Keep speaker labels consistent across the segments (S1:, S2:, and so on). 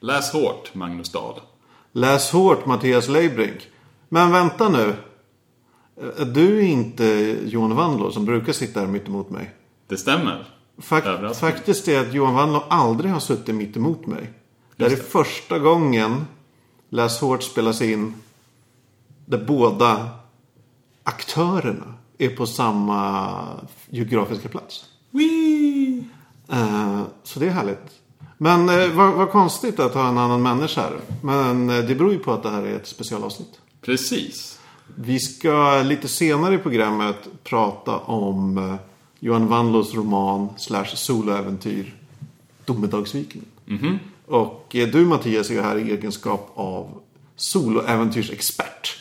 S1: Läs hårt, Magnus Dahl.
S2: Läs hårt Mattias Leibrink. Men vänta nu. Eh, Du är inte Johan Wandlås som brukar sitta här mitt emot mig.
S1: Det stämmer.
S2: Fak-
S1: Överraskning.
S2: faktiskt är att Johan Wandlås aldrig har suttit mitt emot mig. Det här är första gången Läs hårt spelas in där båda aktörerna är på samma geografiska plats.
S1: Wee!
S2: Eh, Så det är härligt. Men eh, vad, vad konstigt att ha en annan människa här. Men eh, det beror ju på att det här är ett specialavsnitt.
S1: Precis.
S2: Vi ska lite senare i programmet prata om eh, Johan Wandlås roman slash soloäventyr Domedagsviken.
S1: Mhm.
S2: Och eh, du Mattias är ju här i egenskap av soloäventyrsexpert.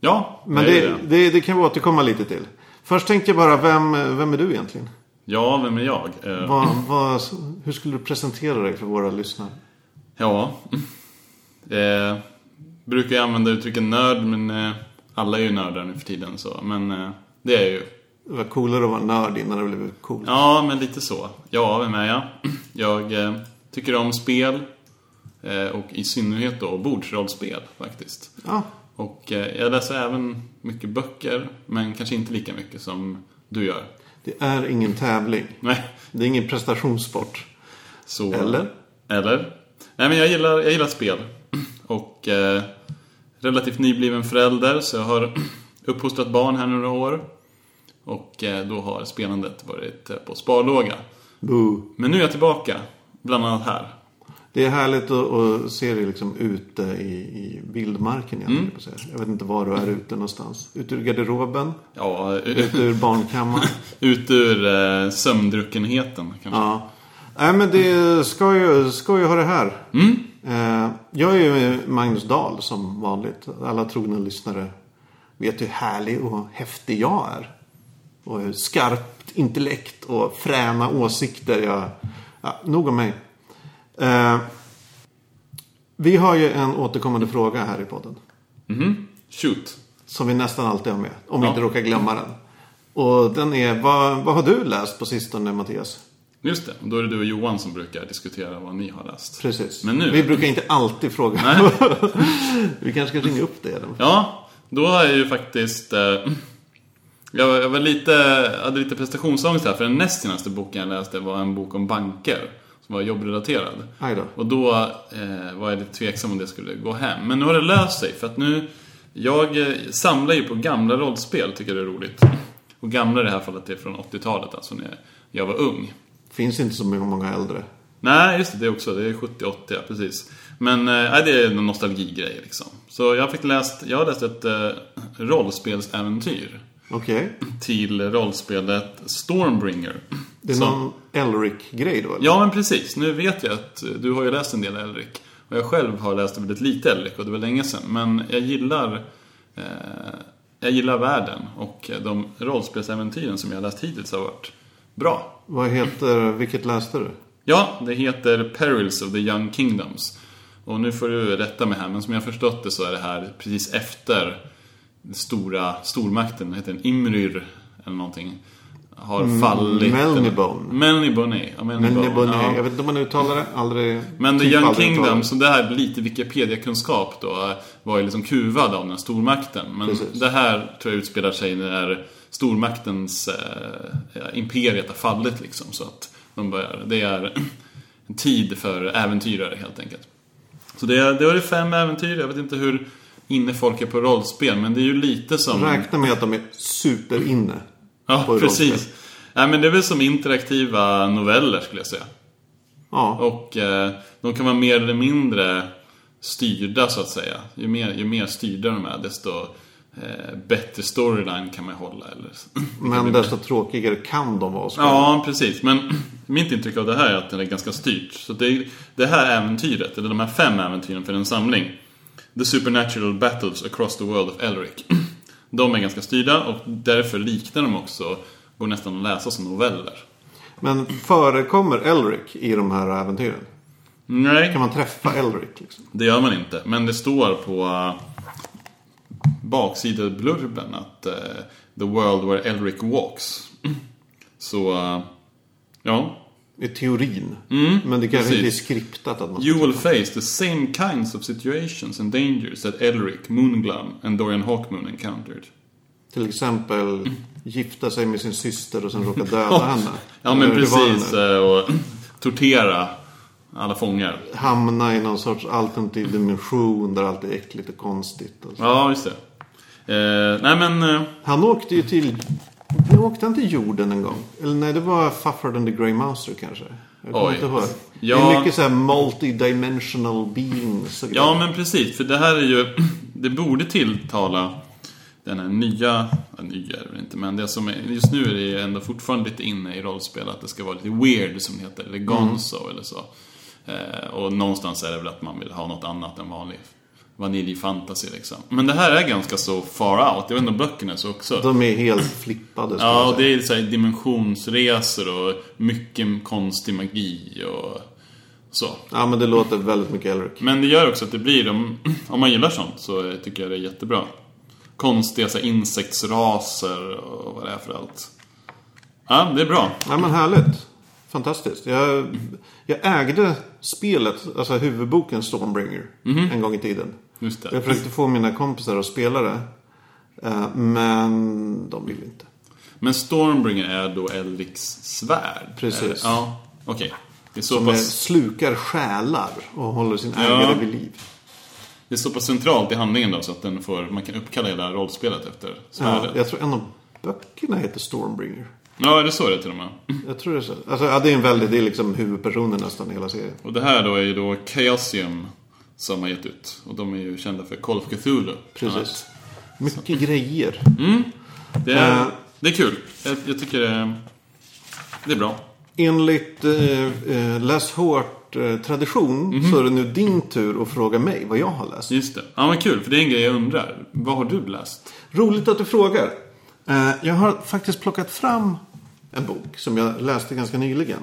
S1: Ja,
S2: Men
S1: det
S2: det,
S1: är
S2: det.
S1: det.
S2: Det, kan vi återkomma lite till. Först tänkte jag bara, vem, vem är du egentligen?
S1: Ja, vem är jag? Eh,
S2: Vad, vad, hur skulle du presentera dig för våra lyssnare?
S1: Ja. Eh, brukar jag använda uttrycket nörd, men eh, alla är ju nördar nu för tiden så. Men eh, det är jag ju.
S2: Det var coolare att vara nörd innan det blev coolt.
S1: Ja, men lite så. Ja, vem är jag? Jag eh, tycker om spel. Eh, och i synnerhet då bordsrollspel faktiskt.
S2: Ja.
S1: Och eh, jag läser även mycket böcker, men kanske inte lika mycket som du gör.
S2: Det är ingen tävling.
S1: Nej,
S2: Det är ingen prestationssport.
S1: så...
S2: Eller?
S1: Eller? Nej, men jag gillar, jag gillar spel. Och eh, relativt nybliven förälder, så jag har uppfostrat barn här några år. Och eh, då har spelandet varit eh, på sparlåga.
S2: Boo.
S1: Men nu är jag tillbaka, bland annat här.
S2: Det är härligt att, att se dig liksom ute i, i vildmarken. Jag, mm. på att säga. jag vet inte var du är ute någonstans. Ut ur garderoben,
S1: Ja,
S2: ut ur barnkammaren.
S1: ut ur eh, sömndruckenheten kanske.
S2: ja. Nej men det ska ju, ska ju ha det här. Eh, Jag är ju Magnus Dahl som vanligt. Alla trogna lyssnare vet hur härlig och häftig jag är. Och hur skarpt intellekt och fräna åsikter jag... Ja, nog om mig. Eh, Vi har ju en återkommande fråga här i podden.
S1: Mhm. Shoot.
S2: Som vi nästan alltid har med. Om vi
S1: Ja.
S2: inte råkar glömma den. Och den är, vad, vad har du läst på sistone Mattias?
S1: Just det, och då är det du och Johan som brukar diskutera vad ni har läst.
S2: Precis.
S1: Men nu-
S2: Vi brukar inte alltid fråga.
S1: Nej.
S2: vi kanske ska ringa upp dig Adam.
S1: Ja, då har jag ju faktiskt... Eh, jag, var- jag var lite, hade lite prestationsångest här, för den näst senaste boken jag läste var en bok om banker. Som var jobbrelaterad.
S2: Aj då.
S1: Och då eh, var jag lite tveksam om det skulle gå hem. Men nu har det löst sig, för att nu... Jag eh, samlar ju på gamla rollspel, tycker det är roligt. Och gamla i det här fallet är från 80-talet, alltså när jag var ung.
S2: Finns inte så många äldre.
S1: Nej, just det, det också. Det är 70-80, ja, precis. Men eh, nej, det är en nostalgigrej liksom. Så jag fick läst, jag har läst ett eh, rollspelsäventyr
S2: Okej.
S1: till rollspelet Stormbringer.
S2: Det är
S1: Som-
S2: någon Elric-grej då eller?
S1: Ja, men precis. Nu vet jag att eh, du har ju läst en del Elric. Och jag själv har läst väldigt lite Elric och det var länge sedan. Men jag gillar, eh, jag gillar världen och eh, de rollspelsäventyren som jag har läst hittills har varit bra.
S2: Vad heter, vilket läste du?
S1: Ja, det heter Perils of the Young Kingdoms. Och nu får du rätta mig här, men som jag förstått det så är det här precis efter den stora stormakten, heter den Imryr eller någonting, har fallit.
S2: Mm, Melnibone.
S1: Melnibone. Ja, Melnibone.
S2: Men det var,
S1: ja.
S2: Jag vet inte om man uttalar det. Aldrig.
S1: Men The
S2: typ
S1: Young
S2: aldrig uttalar
S1: Kingdom,
S2: det.
S1: så det här lite Wikipedia-kunskap då, var ju liksom kuvad av den här stormakten. Men
S2: Precis.
S1: det här tror jag utspelar sig när stormaktens eh, imperiet har fallit liksom. Så att de börjar, det är en tid för äventyrare helt enkelt. Så det, det var det fem äventyr, jag vet inte hur inne folk är på rollspel, men det är ju lite som...
S2: Räkna med att de är superinne. på
S1: ja,
S2: rollspel.
S1: precis. Nej, men det är väl som interaktiva noveller skulle jag säga.
S2: Ja.
S1: Och eh, de kan vara mer eller mindre styrda så att säga. Ju mer, ju mer styrda de är desto eh, bättre storyline kan man hålla. Eller...
S2: Men desto tråkigare kan de vara. Ja.
S1: ja, precis. Men mitt intryck av det här är att den är ganska styrt. Så det, det här äventyret, eller de här fem äventyren för en samling. The Supernatural Battles Across the World of Elric. De är ganska styrda och därför liknar de också, går nästan att läsa som noveller.
S2: Men förekommer Elric i de här äventyren?
S1: Nej,
S2: Kan man träffa Elric? Liksom?
S1: Det gör man inte, men det står på uh, baksidblurben att eh, The World Where Elric Walks. Så, eh, ja.
S2: I teorin. Men det kanske inte är
S1: Mm, precis.
S2: skriptat att man
S1: You will face the same kinds of situations and dangers that Elric, Moonglam and Dorian Hawkmoon encountered.
S2: till exempel gifta sig med sin syster och sen råka döda henne.
S1: Ja men
S2: Eller hur var det
S1: precis,
S2: nu?
S1: eh, och tortera alla fångar.
S2: Hamna i någon sorts alternativ dimension där allt är äckligt och konstigt. Och så.
S1: Ja, just det. Eh, nej men... eh,
S2: Han åkte ju till... Nu åkte han till jorden en gång. Eller nej, det var Fufford and the Grey Mouser kanske. Jag kommer
S1: Oj.
S2: inte ihåg. Det
S1: Ja.
S2: är mycket så här multidimensional beings och
S1: Ja,
S2: grejer.
S1: men precis. För det här är ju... Det borde tilltala den här nya... Ja, nya är det väl inte, men det som är, just nu är det ju ändå fortfarande lite inne i rollspel att det ska vara lite weird, som det heter. Eller gonzo eller så. Eh, och någonstans är det väl att man vill ha något annat än vanlig vaniljfantasy liksom. Men det här är ganska så far out. Jag vet inte om böckerna är så också.
S2: De är helt flippade. skulle jag
S1: Ja,
S2: säga.
S1: och det är så här dimensionsresor och mycket konstig magi och så.
S2: ja, men det låter väldigt mycket Elric.
S1: Men det gör också att det blir, om, om man gillar sånt så tycker jag det är jättebra. Konstiga så här, insektsraser och vad det är för allt. Ja, det är bra.
S2: Ja men härligt. Fantastiskt. Jag, jag ägde spelet, alltså huvudboken Stormbringer, en gång i tiden.
S1: Just det.
S2: Jag försökte få mina kompisar att spela det. eh, Men de ville inte.
S1: Men Stormbringer är då Elrics svärd?
S2: Precis.
S1: Är det? Ja, okej. Det är så
S2: De
S1: pass...
S2: slukar själar och håller sin ägare vid liv.
S1: Det är så pass centralt i handlingen då så att den får, man kan uppkalla hela rollspelet efter
S2: Ja,
S1: svärdet. Ja,
S2: jag tror en av böckerna heter Stormbringer.
S1: är det så det är till och med?
S2: Jag tror det är så. Alltså, ja, det är en väldigt, det är liksom huvudpersonen nästan i hela serien.
S1: Och det här då är ju då Chaosium som har gett ut. Och de är ju kända för Call of Cthulhu. bland annat.
S2: Precis. Mycket grejer.
S1: Det är,
S2: Eh.
S1: det är kul. Jag, jag tycker det, det är bra.
S2: Enligt eh, eh, läs hårt-tradition så är det nu din tur att fråga mig vad jag har läst.
S1: Just det. Ja men kul, för det är en grej jag undrar. Vad har du läst?
S2: Roligt att du frågar. Eh, jag har faktiskt plockat fram en bok som jag läste ganska nyligen.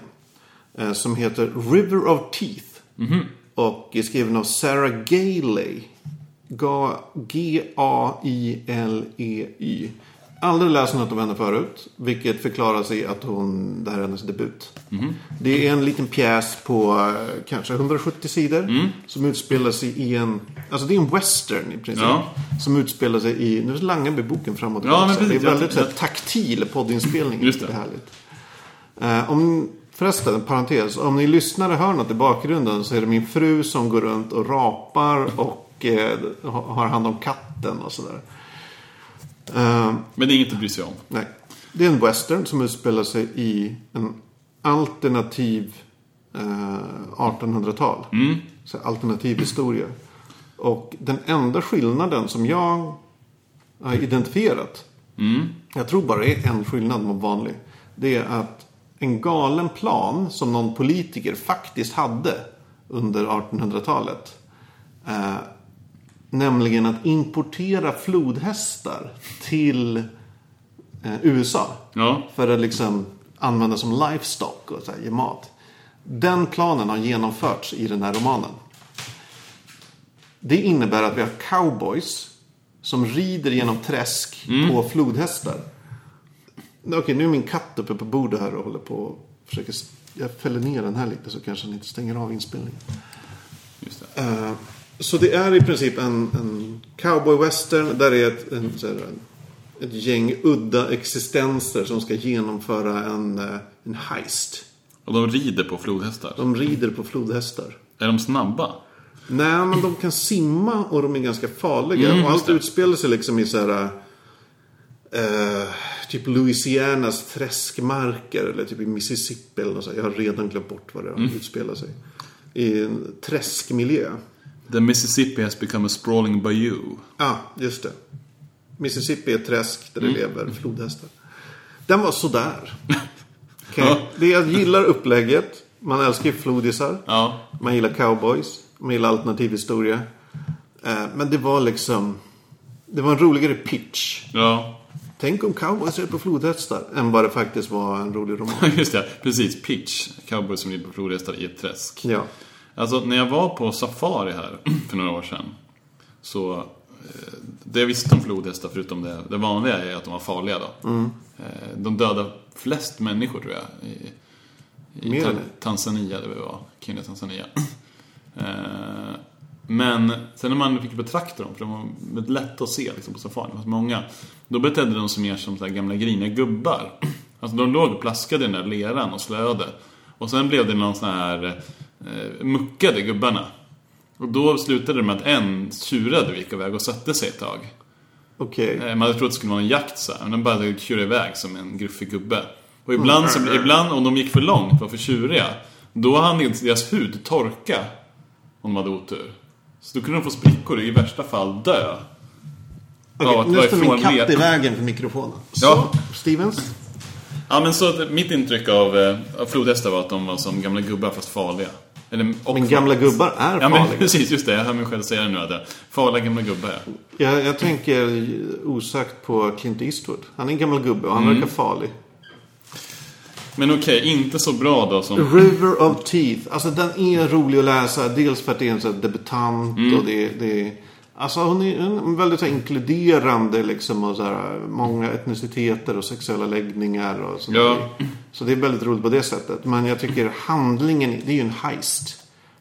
S2: Eh, som heter River of Teeth. Och är skriven av Sarah Gailey. Ga- G-A-I-L-E-Y. E Aldrig läst något av henne förut. Vilket förklaras i att hon, det här är hennes debut. Det är en liten pjäs på eh, kanske 170 sidor. Som utspelar sig i en, alltså det är en western i princip.
S1: Ja.
S2: Som utspelar sig i, nu langar vi boken fram och
S1: Ja, men
S2: tillbaka. det är
S1: precis. Jag-
S2: väldigt så här,
S1: jag-
S2: taktil poddinspelning.
S1: Just
S2: vilket
S1: det.
S2: är härligt. Eh, om, förresten, en parentes. Om ni lyssnare hör något i bakgrunden så är det min fru som går runt och rapar och eh, ha- har hand om katten och sådär. Eh,
S1: Men det är inget att bry sig om.
S2: nej. Det är en western som utspelar sig i en alternativ eh, 1800-tal. Så alternativ historia. Och den enda skillnaden som jag har identifierat jag tror bara det är en skillnad mot vanlig. Det är att en galen plan som någon politiker faktiskt hade under 1800-talet. Eh, nämligen att importera flodhästar till eh, USA.
S1: Ja.
S2: För att liksom använda som livestock och så här, ge mat. Den planen har genomförts i den här romanen. Det innebär att vi har cowboys som rider genom träsk på flodhästar. Okej, nu är min katt uppe på bordet här och håller på och försöker... Jag fäller ner den här lite så kanske den inte stänger av inspelningen.
S1: Just det.
S2: Eh, Så det är i princip en, en cowboy western där det är ett, en, så här, ett gäng udda existenser som ska genomföra en, eh, en heist.
S1: Och de rider på flodhästar.
S2: De rider på flodhästar.
S1: Är de snabba?
S2: Nej, men de kan simma och de är ganska farliga. och allt utspelar sig liksom i så här... eh, typ Louisianas träskmarker eller typ i Mississippi eller något sånt. Jag har redan glömt bort vad det mm. utspelar sig. I en träskmiljö.
S1: The Mississippi has become a sprawling bayou.
S2: Ja, just det. Mississippi är ett träsk där
S1: Mm.
S2: det lever flodhästar. Den var sådär. Okay.
S1: Ja.
S2: Det jag gillar upplägget. Man älskar ju flodisar.
S1: Ja.
S2: Man gillar cowboys. Man gillar alternativ historia. Eh, Men det var liksom... Det var en roligare pitch.
S1: Ja.
S2: Tänk om cowboys red på flodhästar. Än vad det faktiskt var en rolig roman.
S1: Just det, precis. Pitch. Cowboys som rider på flodhästar i ett träsk.
S2: Ja.
S1: Alltså när jag var på safari här för några år sedan. Så eh, det jag visste om flodhästar förutom det, det vanliga
S2: Mm.
S1: är att de var farliga då. Eh, De dödar flest människor tror jag. I, I
S2: Mer
S1: Ta-
S2: än det.
S1: Tanzania, det var Kenya, Tanzania. Eh, Men sen när man fick betrakta dem, för de var väldigt lätta att se liksom, på safarin, det fanns många. Då betedde de sig mer som så här gamla griniga gubbar. Alltså de låg och plaskade i den där leran och slöade. Och sen blev det någon sån här eh, muckade gubbarna. Och då slutade det med att en tjurade och gick iväg och satte sig ett tag.
S2: Okej.
S1: Eh, Man hade trott det skulle vara en jakt så här, men den bara tjurade iväg som en gruffig gubbe. Och ibland, så, ibland om de gick för långt, var för tjuriga, då hann inte deras hud torka. Om de hade otur. Så då kunde de få sprickor och i värsta fall dö.
S2: Okej,
S1: Ja, att
S2: nu
S1: vara
S2: står min
S1: ifrån
S2: katt
S1: led.
S2: i vägen för mikrofonen. Så,
S1: Ja.
S2: Stevens.
S1: Ja men så att mitt intryck av, eh, av flodhästar var att de var som gamla gubbar fast farliga. Eller, och
S2: Men gamla gubbar är
S1: Ja men
S2: farliga.
S1: precis, just det. Jag hör mig själv säga det nu. Att det- farliga gamla gubbar ja.
S2: Jag, jag tänker osökt på Clint Eastwood. Han är en gammal gubbe och han
S1: Mm.
S2: verkar farlig.
S1: Men okej, inte så bra då som...
S2: River of Teeth. Alltså den är rolig att läsa. Dels för att det är en sån här debutant
S1: Mm.
S2: och det, det Alltså hon är en väldigt så här inkluderande liksom och så här, många etniciteter och sexuella läggningar och sånt
S1: Ja.
S2: där. Så det är väldigt roligt på det sättet. Men jag tycker handlingen, det är ju en heist.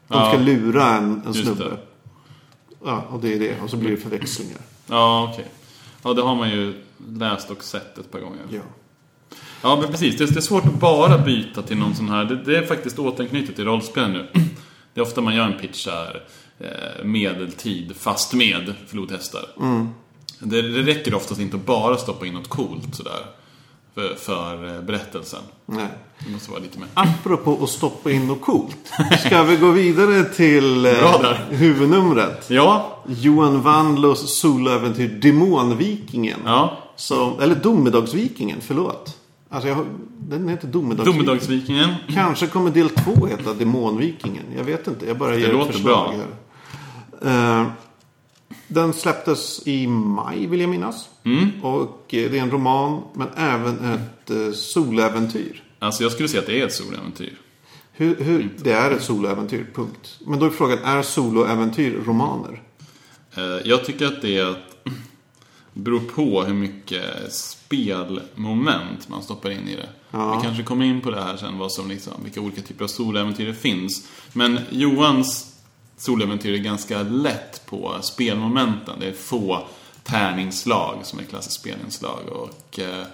S2: De ska
S1: Ja.
S2: lura en, en
S1: Just
S2: snubbe.
S1: det.
S2: Ja, och det är det. Och så blir det förväxlingar.
S1: Ja okej. Ja det har man ju läst och sett ett par gånger.
S2: Ja.
S1: Ja, men precis. Det är, det är svårt att bara byta till någon sån här... Det, det är faktiskt återanknutet till rollspel nu. Det är ofta man gör en pitch där eh, medeltid, fast med flodhästar. Det, det räcker oftast inte att bara stoppa in något coolt sådär. För, för eh, berättelsen.
S2: Nej.
S1: Det måste vara lite mer...
S2: Apropå att stoppa in något coolt. Ska vi gå vidare till eh,
S1: Bra där.
S2: huvudnumret?
S1: Ja,
S2: Johan Wandlås soloäventyr Demonvikingen.
S1: ja.
S2: Som, eller Domedagsvikingen, förlåt. Alltså jag, har- den heter Domedagsvikingen.
S1: Domedagsvikingen.
S2: Kanske kommer del två heta Demonvikingen. Jag vet inte, jag bara ger ett
S1: låter
S2: förslag
S1: bra.
S2: här. Eh, den släpptes i maj vill jag minnas.
S1: Mm.
S2: Och eh, det är en roman men även ett eh, soläventyr.
S1: Alltså jag skulle säga att det är ett soläventyr.
S2: Hur, hur, det är ett soloäventyr, punkt. Men då är frågan, är soloäventyr romaner?
S1: Eh, Jag tycker att det är att beror på hur mycket spelmoment man stoppar in i det.
S2: Ja.
S1: Vi kanske kommer in på det här sen, vad som liksom, vilka olika typer av soläventyr det finns. Men Johans soläventyr är ganska lätt på spelmomenten. Det är få tärningsslag som är klassiskt spelinslag. Och, eh,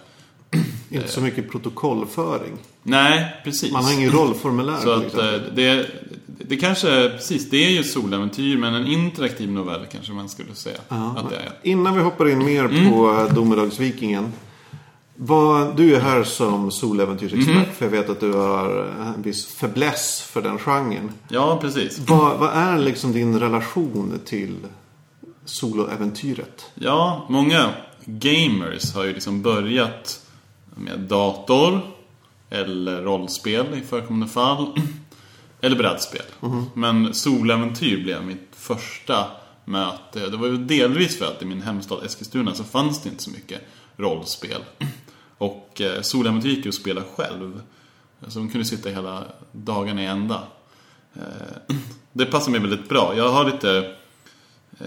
S2: Inte så mycket protokollföring.
S1: nej, precis.
S2: Man har ingen liksom. rollformulär.
S1: Så
S2: till
S1: att
S2: exempel.
S1: eh, det, det kanske, precis, det är ju ett soläventyr men en interaktiv novell kanske man skulle säga att det är. Mm.
S2: Innan vi hoppar in mer på eh, Domedagsvikingen. Vad, du är här som soläventyrsexpert
S1: Mm.
S2: för jag vet att du har eh, en viss fäbless för den genren.
S1: Ja, precis.
S2: Vad, vad är liksom din relation till soloäventyret?
S1: Ja, många gamers har ju liksom börjat med dator eller rollspel i förekommande fall. Eller brädspel. Men soläventyr blev mitt första möte. Det var ju delvis för att i min hemstad Eskilstuna så fanns det inte så mycket rollspel. Och eh, soläventyr gick ju att spela själv. Så de kunde sitta hela dagarna i ända. Eh, Det passar mig väldigt bra. Jag har lite eh,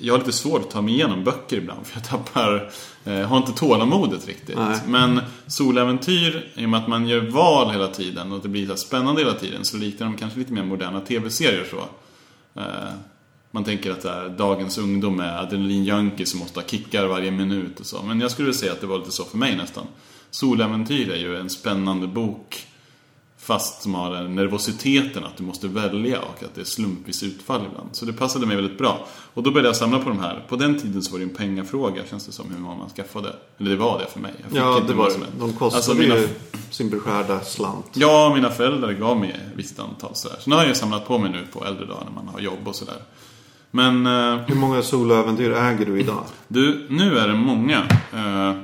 S1: jag har lite svårt att ta mig igenom böcker ibland för jag tappar, eh, har inte tålamodet riktigt.
S2: Nej.
S1: Men soläventyr, i och med att man gör val hela tiden och att det blir så här spännande hela tiden så liknar de kanske lite mer moderna tv-serier så. Eh, man tänker att så här, dagens ungdom är adrenalinjunkies som måste ha kickar varje minut och så. Men jag skulle säga att det var lite så för mig nästan. Soläventyr är ju en spännande bok Fast som har den nervositeten att du måste välja och att det är slumpvis utfall ibland. Så det passade mig väldigt bra. Och då började jag samla på de här. På den tiden så var det en pengafråga känns det som hur många man skaffade. Eller det var det för mig. Jag fick
S2: Ja,
S1: inte
S2: det var
S1: massor med.
S2: De kostade
S1: Alltså, mina-
S2: ju sin beskärda slant.
S1: Ja, mina föräldrar gav mig ett visst antal sådär. Så nu har jag samlat på mig nu på äldre dagar när man har jobb och sådär. Men eh,
S2: Hur många soloäventyr äger du idag?
S1: du, nu är det många. Eh,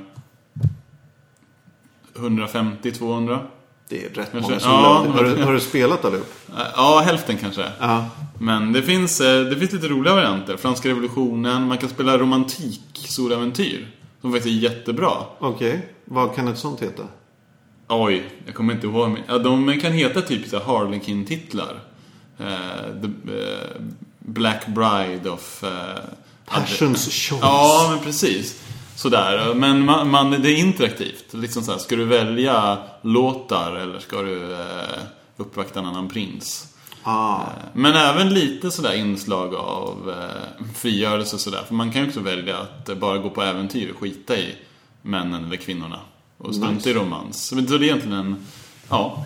S1: 150-200.
S2: Det är rätt
S1: Kanske-
S2: många
S1: ja,
S2: soloäventyr. har, du, har du spelat allihop?
S1: Eh, Ja, hälften kanske.
S2: Ja.
S1: Men det finns, eh, det finns lite roliga varianter. Franska revolutionen, man kan spela romantik, soläventyr. Som faktiskt är jättebra.
S2: Okej, vad kan ett sånt heta?
S1: Oj, jag kommer inte ihåg. men- Ja, de kan heta typ så här Harlequin-titlar. Eh, the, eh, Black Bride of... eh, Ad-
S2: Passions Choice.
S1: Ja, men precis. Sådär, men man, man, det är interaktivt. Liksom så här, ska du välja låtar eller ska du eh, uppvakta en annan prins?
S2: Ah,
S1: Eh, Men även lite sådär inslag av eh, frigörelse och sådär. För man kan ju också välja att eh, bara gå på äventyr och skita i männen eller kvinnorna. Och strunta i romans. Men Så det är egentligen en, ja.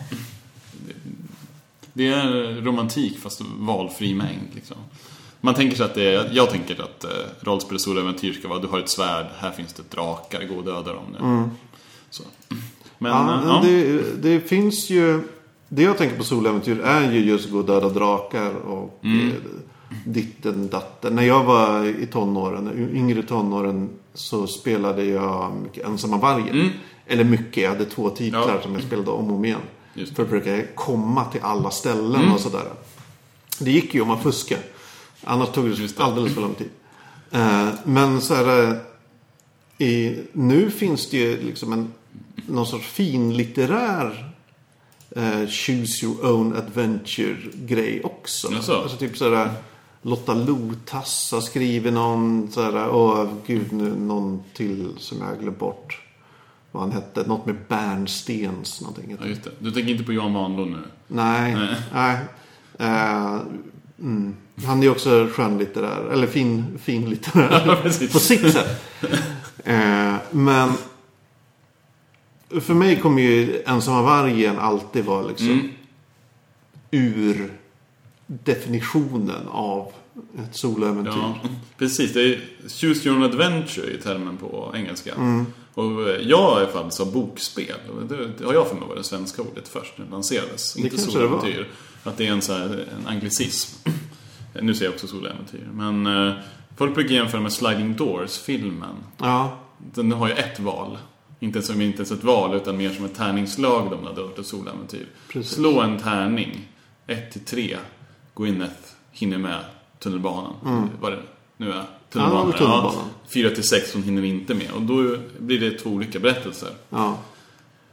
S1: Det är romantik fast valfri mängd liksom. Man tänker sig att det är, jag tänker att eh, rollspel och soloäventyr ska vara, du har ett svärd, här finns det drakar, gå och döda dem nu. Så. Men,
S2: Mm. ja,
S1: eh, ja.
S2: Det, det finns ju... Det jag tänker på soläventyr är ju just gå och döda drakar och
S1: Mm.
S2: eh, ditten datten. När jag var i tonåren, yngre tonåren, så spelade jag mycket Ensamma vargen. Eller mycket, jag hade två titlar
S1: Mm. Ja.
S2: som jag spelade om och om igen.
S1: Just det. Mm.
S2: För att försöka komma till alla ställen och sådär. Det gick ju om man fuskade. Annars tog
S1: Just
S2: det
S1: det.
S2: alldeles för lång tid. Eh, Men så här, eh, i, nu finns det ju liksom en, någon sorts finlitterär eh, choose your own adventure-grej också.
S1: Jaså?
S2: Alltså typ sådär Lotta Lotas har skrivit någon sådär, åh gud nu någon till som jag har glömt bort. Vad han hette, något med Bernstens någonting.
S1: ja, just det. Du tänker inte på Johan Vanlo nu?
S2: Nej, nej. Eh, mm. Han är ju också skönlitterär, eller fin, finlitterär.
S1: Ja,
S2: På
S1: precis.
S2: sitt sätt. Eh, men för mig kommer ju Ensamma vargen alltid vara liksom
S1: Mm.
S2: ur definitionen av ett soloäventyr.
S1: Ja, precis. Det är Choose your own adventure i termen på engelska.
S2: Mm.
S1: Och eh, jag i alla fall sa bokspel. Och Det det har jag för mig var det svenska ordet först när det lanserades. Inte
S2: kanske det var.
S1: soläventyr. Att det är en, så här, en anglicism. nu säger jag också soläventyr. Men eh, folk brukar jämföra med Sliding Doors-filmen.
S2: Ja.
S1: Den har ju ett val. Inte som inte ens ett val, utan mer som ett tärningslag de hade gjort ett soläventyr.
S2: Precis.
S1: Slå en tärning. 1 till 3. Gwyneth hinner med tunnelbanan. Vad det nu är.
S2: Mm. Ja, det var tunnelbanan.
S1: 4 till 6 hon hinner inte med. Och då blir det två olika berättelser.
S2: ja.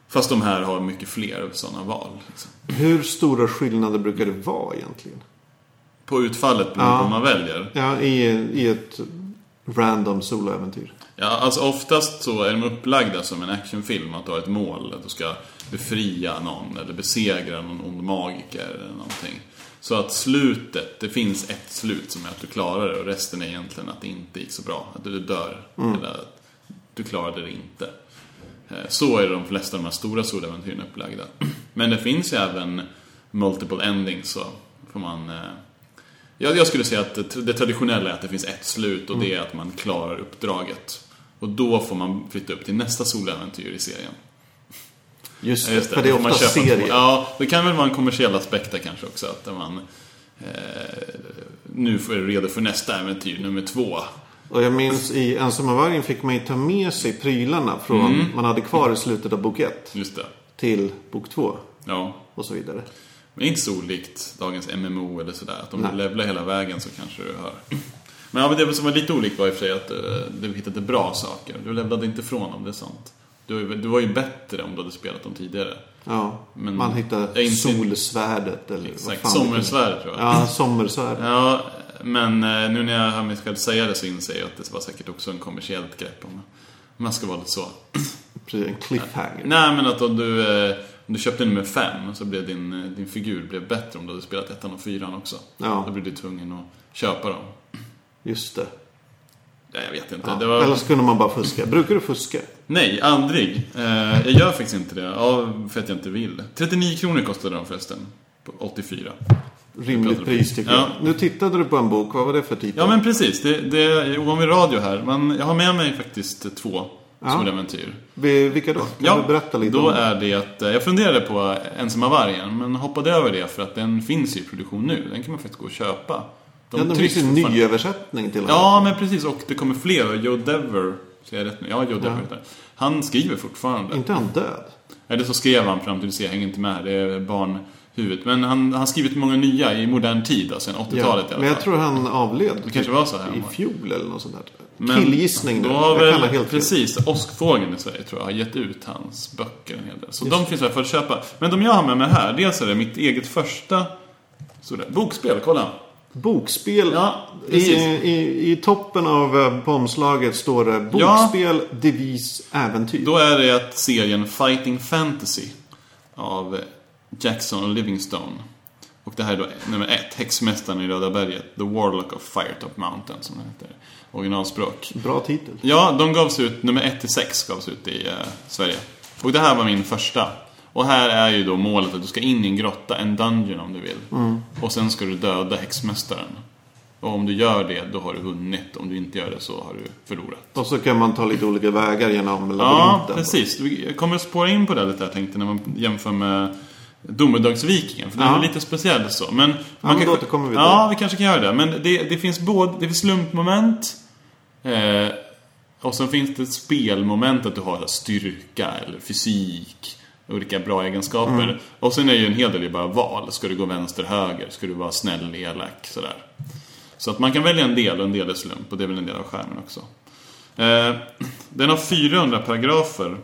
S1: Fast de här har mycket fler sådana val. Liksom.
S2: Hur stora skillnader brukar det vara egentligen?
S1: På utfallet beror det
S2: Ja.
S1: på vad man väljer.
S2: Ja, i, i ett random soloäventyr.
S1: Ja, alltså oftast så är de upplagda som en actionfilm, att du har ett mål, att du ska befria någon eller besegra någon ond magiker eller någonting. Så att slutet, det finns ett slut som är att du klarar det och resten är egentligen att det inte gick så bra, att du dör eller att du klarade det inte. Eh, Så är de flesta av de här stora soläventyren upplagda. Men det finns ju även multiple endings, så får man eh, jag, jag skulle säga att det, det traditionella är att det finns ett slut och det är att man klarar uppdraget. Och då får man flytta upp till nästa soläventyr i serien.
S2: Just,
S1: Ja, just
S2: för det är
S1: Får man
S2: ofta
S1: köpa två-
S2: serier.
S1: Ja, det kan väl vara en kommersiell aspekt där kanske också. Att där man eh, nu är du redo för nästa äventyr, nummer två.
S2: Och jag minns i Ensamma vargen fick man ju ta med sig prylarna från
S1: Mm.
S2: man hade kvar i slutet av bok 1
S1: Just det.
S2: till bok 2
S1: Ja.
S2: och så vidare.
S1: Men inte så olikt dagens MMO eller sådär. Att om
S2: Nej.
S1: du levlar hela vägen så kanske du hör. Men, ja, men det som var lite olikt var i och för sig att eh, du hittade bra saker. Du levlade inte ifrån om det är sant. Du, du var ju bättre om du hade spelat dem tidigare.
S2: Ja,
S1: Men-
S2: man hittar
S1: Mm. Jag inser-
S2: solsvärdet eller
S1: Exakt.
S2: vad fan det kan-
S1: Sommersvärd tror jag.
S2: Ja, sommersvärd.
S1: Ja, men eh, nu när jag hör mig själv säga det så inser jag att det var säkert också en kommersiellt grepp om om man ska vara lite så.
S2: Precis, en cliffhanger.
S1: Nej, men att om du, eh, om du köpte nummer fem så blev din, eh, din figur blev bättre om du hade spelat ettan och fyran också. Då
S2: Ja,
S1: blev du tvungen att köpa dem.
S2: just det.
S1: Nej, jag vet inte.
S2: Ja.
S1: Det var...
S2: Eller så kunde man bara fuska. Brukar du fuska?
S1: Nej, aldrig. Eh, jag gör faktiskt inte det. Av för att jag inte vill. 39 kronor kostade de förresten. På 84.
S2: Rimligt pris tycker
S1: Ja.
S2: jag. Nu tittade du på en bok. Vad var det för titel?
S1: Ja, men precis. Det, det är ovanlig radio här. Men jag har med mig faktiskt två
S2: Ja.
S1: soläventyr.
S2: Vi- Vilka då? Kan du berätta lite
S1: då
S2: om det?
S1: är det att eh, jag funderade på Ensamma vargen, men hoppade över det för att den finns i produktion nu. Den kan man faktiskt gå och köpa.
S2: De ja, det
S1: trycks
S2: finns en
S1: fortfarande.
S2: nyöversättning till och med.
S1: Ja, men precis. Och det kommer fler. Och Joe Dever, säger jag rätt nu? Ja, Joe Dever heter han. Han skriver fortfarande.
S2: Inte han död?
S1: Eller så skrev han fram till det, jag hänger inte med. Det är barnhuvudet. Men han han har skrivit många nya i modern tid, alltså sen 80-talet i alla
S2: Men jag
S1: fall.
S2: tror han avled.
S1: Det kanske var så här.
S2: I fjol eller något sånt där.
S1: Men
S2: Killgissning nu.
S1: Då har
S2: Jag
S1: väl,
S2: kan ha helt fel.
S1: precis, Åskfågeln i Sverige tror jag har gett ut hans böcker en hel del. Så de finns i alla fall att köpa. Men de jag har med mig här, dels är det mitt eget första så där, bokspel, kolla.
S2: Bokspel.
S1: Ja,
S2: I,
S1: precis.
S2: i, I toppen av eh, på omslaget står det Bokspel, devis, äventyr.
S1: Då är det att serien Fighting Fantasy av Jackson och Livingstone. Och det här är då nummer ett, Häxmästaren i Röda berget, The Warlock of Firetop Mountain som den heter. Originalspråk.
S2: Bra titel.
S1: Ja, de gavs ut, nummer 1 till 6 gavs ut i eh, Sverige. Och det här var min första. Och här är ju då målet att du ska in i en grotta, en dungeon om du vill. Och sen ska du döda häxmästaren. Och om du gör det, då har du vunnit. Om du inte gör det så har du förlorat.
S2: Och så kan man ta lite olika vägar genom labyrinten.
S1: Ja, precis. Jag kommer att spåra in på det lite, jag tänkte, när man jämför med Domedagsvikingen. För den
S2: Ja.
S1: är lite speciell så. Men man
S2: men då
S1: kanske-
S2: återkommer vi till
S1: Ja, vi kanske kan göra det. Men det, det finns både, det finns slumpmoment. Eh, och sen finns det ett spelmoment att du har så här styrka eller fysik. Olika bra egenskaper.
S2: Mm.
S1: Och sen är ju en hel del ju bara val. Ska du gå vänster, höger? Ska du vara snäll, elak? Sådär. Så att man kan välja en del och en del är slump. Och det är väl en del av skärmen också. Eh, den har 400 paragrafer.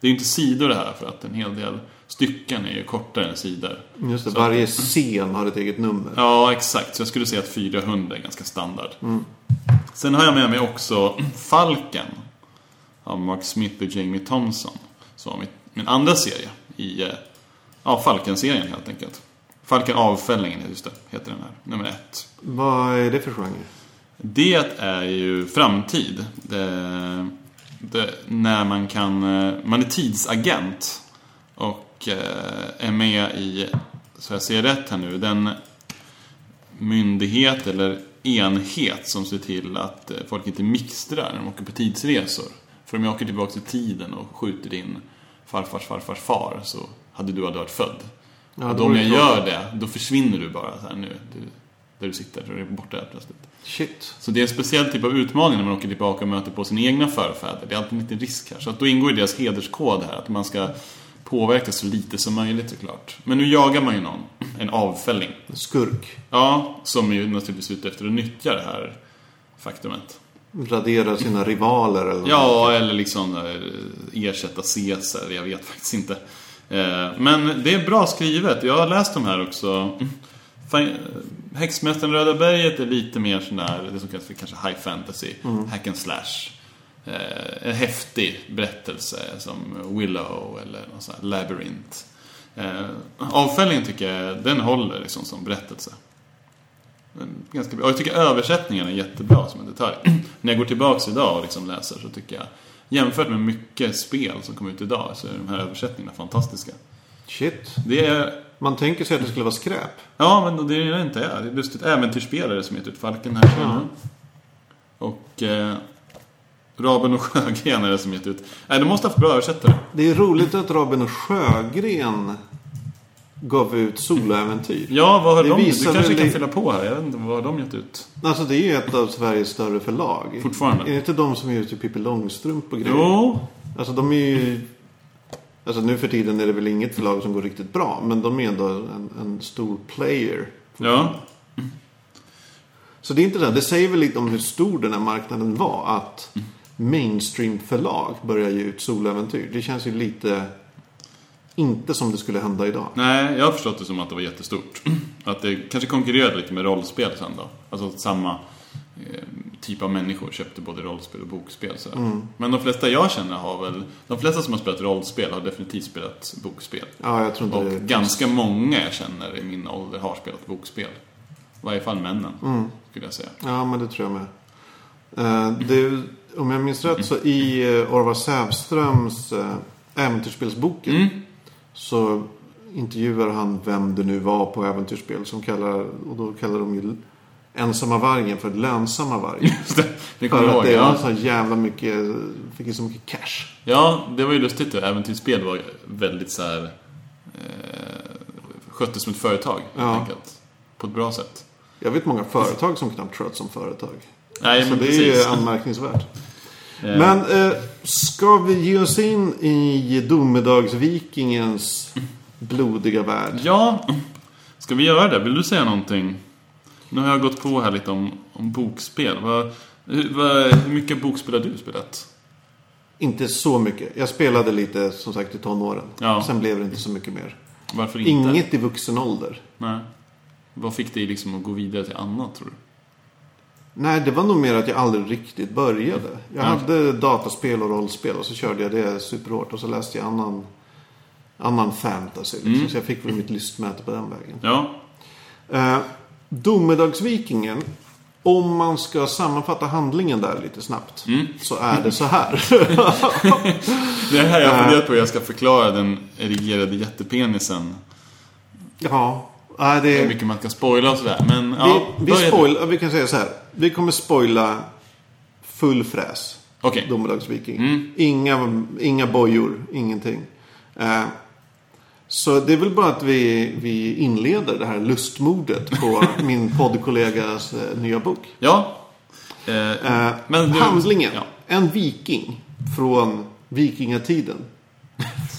S1: Det är ju inte sidor det här för att en hel del stycken är ju kortare än sidor.
S2: Just det, varje scen har ett eget nummer.
S1: Ja, exakt. Så jag skulle säga att 400 är ganska standard. Sen har jag med mig också Falken av Mark Smith och Jamie Thompson. Som var mitt, min andra serie i eh, ja, Falken-serien helt enkelt. Falken Avfällningen, just det, heter den här, nummer ett.
S2: Vad är det för genre?
S1: Det är ju framtid. Det, det, när man kan... eh, Man är tidsagent. Och eh, är med i, så jag ser rätt här nu, den myndighet eller enhet som ser till att eh, folk inte mixtrar när de åker på tidsresor. För om jag åker tillbaka till tiden och skjuter din farfars farfars far så hade du aldrig varit född.
S2: Ja,
S1: och
S2: då
S1: om
S2: är
S1: jag
S2: det
S1: gör det, då försvinner du bara så här nu. Du, där du sitter, så är du borta helt plötsligt.
S2: Shit.
S1: Så det är en speciell typ av utmaning när man åker tillbaka och möter på sina egna förfäder. Det är alltid en liten risk här. Så att då ingår ju deras hederskod här, att man ska påverka så lite som möjligt såklart. Men nu jagar man ju någon, en avfälling.
S2: Skurk.
S1: Ja, som ju naturligtvis är ute efter att nyttja det här faktumet.
S2: Radera sina rivaler eller
S1: Ja, eller liksom eh, ersätta Caesar, jag vet faktiskt inte. Eh, Men det är bra skrivet, jag har läst de här också. Fan, eh, Häxmästaren Röda Berget är lite mer sån där, det som kallas för kanske high fantasy, hack and slash. Eh, En häftig berättelse som Willow eller någon sån här Labyrinth. Eh, Avfällningen tycker jag, den håller liksom som berättelse. Men Ganska bra. Och jag tycker översättningen är jättebra som en detalj. När jag går tillbaks idag och liksom läser så tycker jag Jämfört med mycket spel som kom ut idag så är de här översättningarna fantastiska.
S2: Shit.
S1: Det är...
S2: Man tänker sig att det skulle vara skräp.
S1: Ja, men det är det inte. är. Det är lustigt. Äventyrsspelare som heter ut Falken här. Och... Eh, Raben och Sjögren är det som heter ut. Nej, de måste ha haft bra översättare.
S2: Det är roligt att Robin och Sjögren gav ut soloäventyr.
S1: Ja, vad har
S2: Det
S1: de... Du
S2: visar
S1: kanske
S2: väl
S1: kan
S2: det-
S1: fylla på här. Jag vet inte, vad har de gett ut?
S2: Alltså det är ju ett av Sveriges större förlag.
S1: Fortfarande.
S2: Är det inte de som ger ut typ Pippi Långstrump och grejer?
S1: Jo,
S2: Alltså de är ju... Alltså nu för tiden är det väl inget förlag som går riktigt bra. Men de är ändå en, en stor player.
S1: ja.
S2: Så det är inte det. Det säger väl lite om hur stor den här marknaden var. Att mainstream-förlag börjar ge ut soläventyr. Det känns ju lite... Inte som det skulle hända idag.
S1: Nej, jag har förstått det som att det var jättestort. Att det kanske konkurrerade lite med rollspel sen då. Alltså att samma eh, typ av människor köpte både rollspel och bokspel. Så.
S2: Mm.
S1: Men de flesta jag känner har väl... De flesta som har spelat rollspel har definitivt spelat bokspel.
S2: Ja, jag tror inte
S1: Och
S2: det.
S1: ganska många jag känner i min ålder har spelat bokspel. I varje fall männen,
S2: Mm.
S1: skulle jag säga.
S2: Ja, men det tror jag med. Eh, det, om jag minns rätt så i eh, Orvar Sävströms eh, äventyrsspelsboken
S1: Mm.
S2: så intervjuar han vem det nu var på äventyrsspel som kallar, och då kallar de ju ensamma vargen för lönsamma vargen.
S1: Just det, det kommer
S2: För
S1: jag
S2: att
S1: ihåg.
S2: det var
S1: Ja.
S2: så jävla mycket, fick ju så mycket cash.
S1: ja, det var ju lustigt. det. Äventyrsspel var väldigt så här... Eh, sköttes som ett företag, helt
S2: Ja.
S1: enkelt. På ett bra sätt.
S2: Jag vet många företag som knappt sköts som företag.
S1: Nej,
S2: så
S1: men
S2: Alltså, det är ju
S1: precis.
S2: anmärkningsvärt.
S1: Eh,
S2: Men eh, ska vi ge oss in i domedagsvikingens blodiga värld?
S1: Ja, ska vi göra det? Vill du säga någonting? Nu har jag gått på här lite om, om bokspel. Vad, hur, vad, hur mycket bokspel har du spelat?
S2: Inte så mycket. Jag spelade lite som sagt i tonåren.
S1: Ja.
S2: Sen blev det inte så mycket mer.
S1: Varför inte?
S2: Inget i vuxen ålder.
S1: Nej. Vad fick dig liksom att gå vidare till annat tror du?
S2: Nej, det var nog mer att jag aldrig riktigt började. Jag hade dataspel och rollspel och så körde jag det superhårt och så läste jag annan, annan fantasy. Liksom.
S1: Mm.
S2: Så jag fick väl mitt lystmäte på den vägen.
S1: Ja,
S2: Eh, Domedagsvikingen. Om man ska sammanfatta handlingen där lite snabbt.
S1: Mm.
S2: Så är det så här.
S1: det här jag har funderat på hur jag ska förklara den erigerade jättepenisen.
S2: ja, nej, det
S1: Hur
S2: är...
S1: mycket man kan spoila och sådär. Men ja,
S2: Vi, vi,
S1: börja du.
S2: spoil, vi kan säga så här. Vi kommer spoila full fräs.
S1: Okej.
S2: Domedagsviking.
S1: Mm.
S2: Inga, inga bojor, ingenting. Eh, så det är väl bara att vi, vi inleder det här lustmordet på min poddkollegas eh, nya bok.
S1: Ja. Eh,
S2: Eh,
S1: Men du-
S2: handlingen.
S1: ja.
S2: En viking från vikingatiden.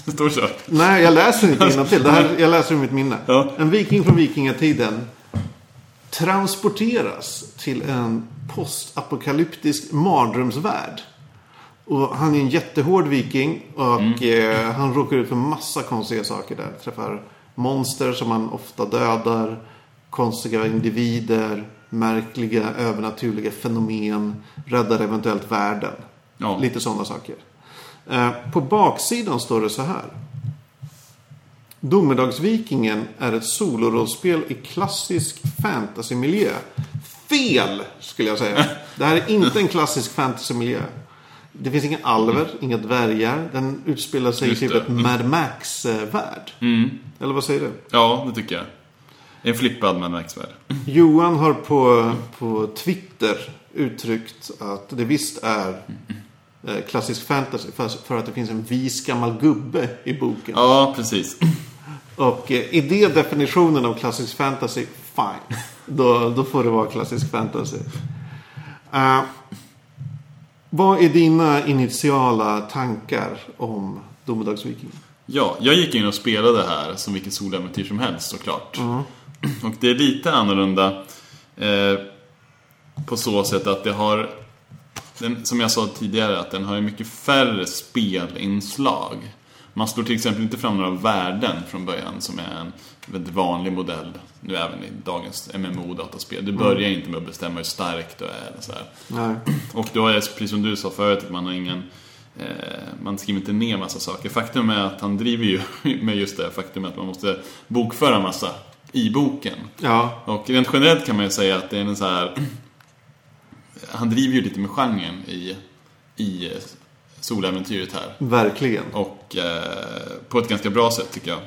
S1: det står så.
S2: Nej, jag läser inte innantill. Det här, jag läser ur mitt minne.
S1: Ja.
S2: En viking från vikingatiden transporteras till en postapokalyptisk mardrömsvärld. Och han är en jättehård viking och eh, han råkar ut för massa konstiga saker där. Träffar monster som han ofta dödar, konstiga individer, märkliga övernaturliga fenomen, räddar eventuellt världen.
S1: Ja.
S2: Lite sådana saker. Eh, På baksidan står det så här. Domedagsvikingen är ett solorollspel i klassisk fantasymiljö. Fel, skulle jag säga. Det här är inte en klassisk fantasymiljö. Det finns inga alver, inga dvärgar. Den utspelar sig i
S1: Just
S2: typ
S1: det. Mm.
S2: ett Mad Max-värld. Eller vad säger du?
S1: Ja, det tycker jag. En flippad Mad Max-värld.
S2: Johan har på, på Twitter uttryckt att det visst är eh, klassisk fantasy för, för att det finns en vis gammal gubbe i boken.
S1: Ja, precis.
S2: Och eh, är det definitionen av klassisk fantasy, fine. Då, då får det vara klassisk fantasy. Eh, vad är dina initiala tankar om Domedagsviking?
S1: Ja, jag gick in och spelade här som vilket soläventyr som helst såklart. Och det är lite annorlunda eh, på så sätt att det har, den, som jag sa tidigare, att den har ju mycket färre spelinslag. Man slår till exempel inte fram några värden från början som är en väldigt vanlig modell nu även i dagens MMO-dataspel. Du börjar inte med att bestämma hur stark du är eller så här.
S2: Nej.
S1: Och då är det precis som du sa förut att man har ingen eh, man skriver inte ner massa saker. Faktum är att han driver ju med just det faktum att man måste bokföra massa i boken.
S2: Ja,
S1: Och rent generellt kan man ju säga att det är en så här han driver ju lite med genren i, i soläventyret här.
S2: verkligen.
S1: Och eh, på ett ganska bra sätt tycker jag.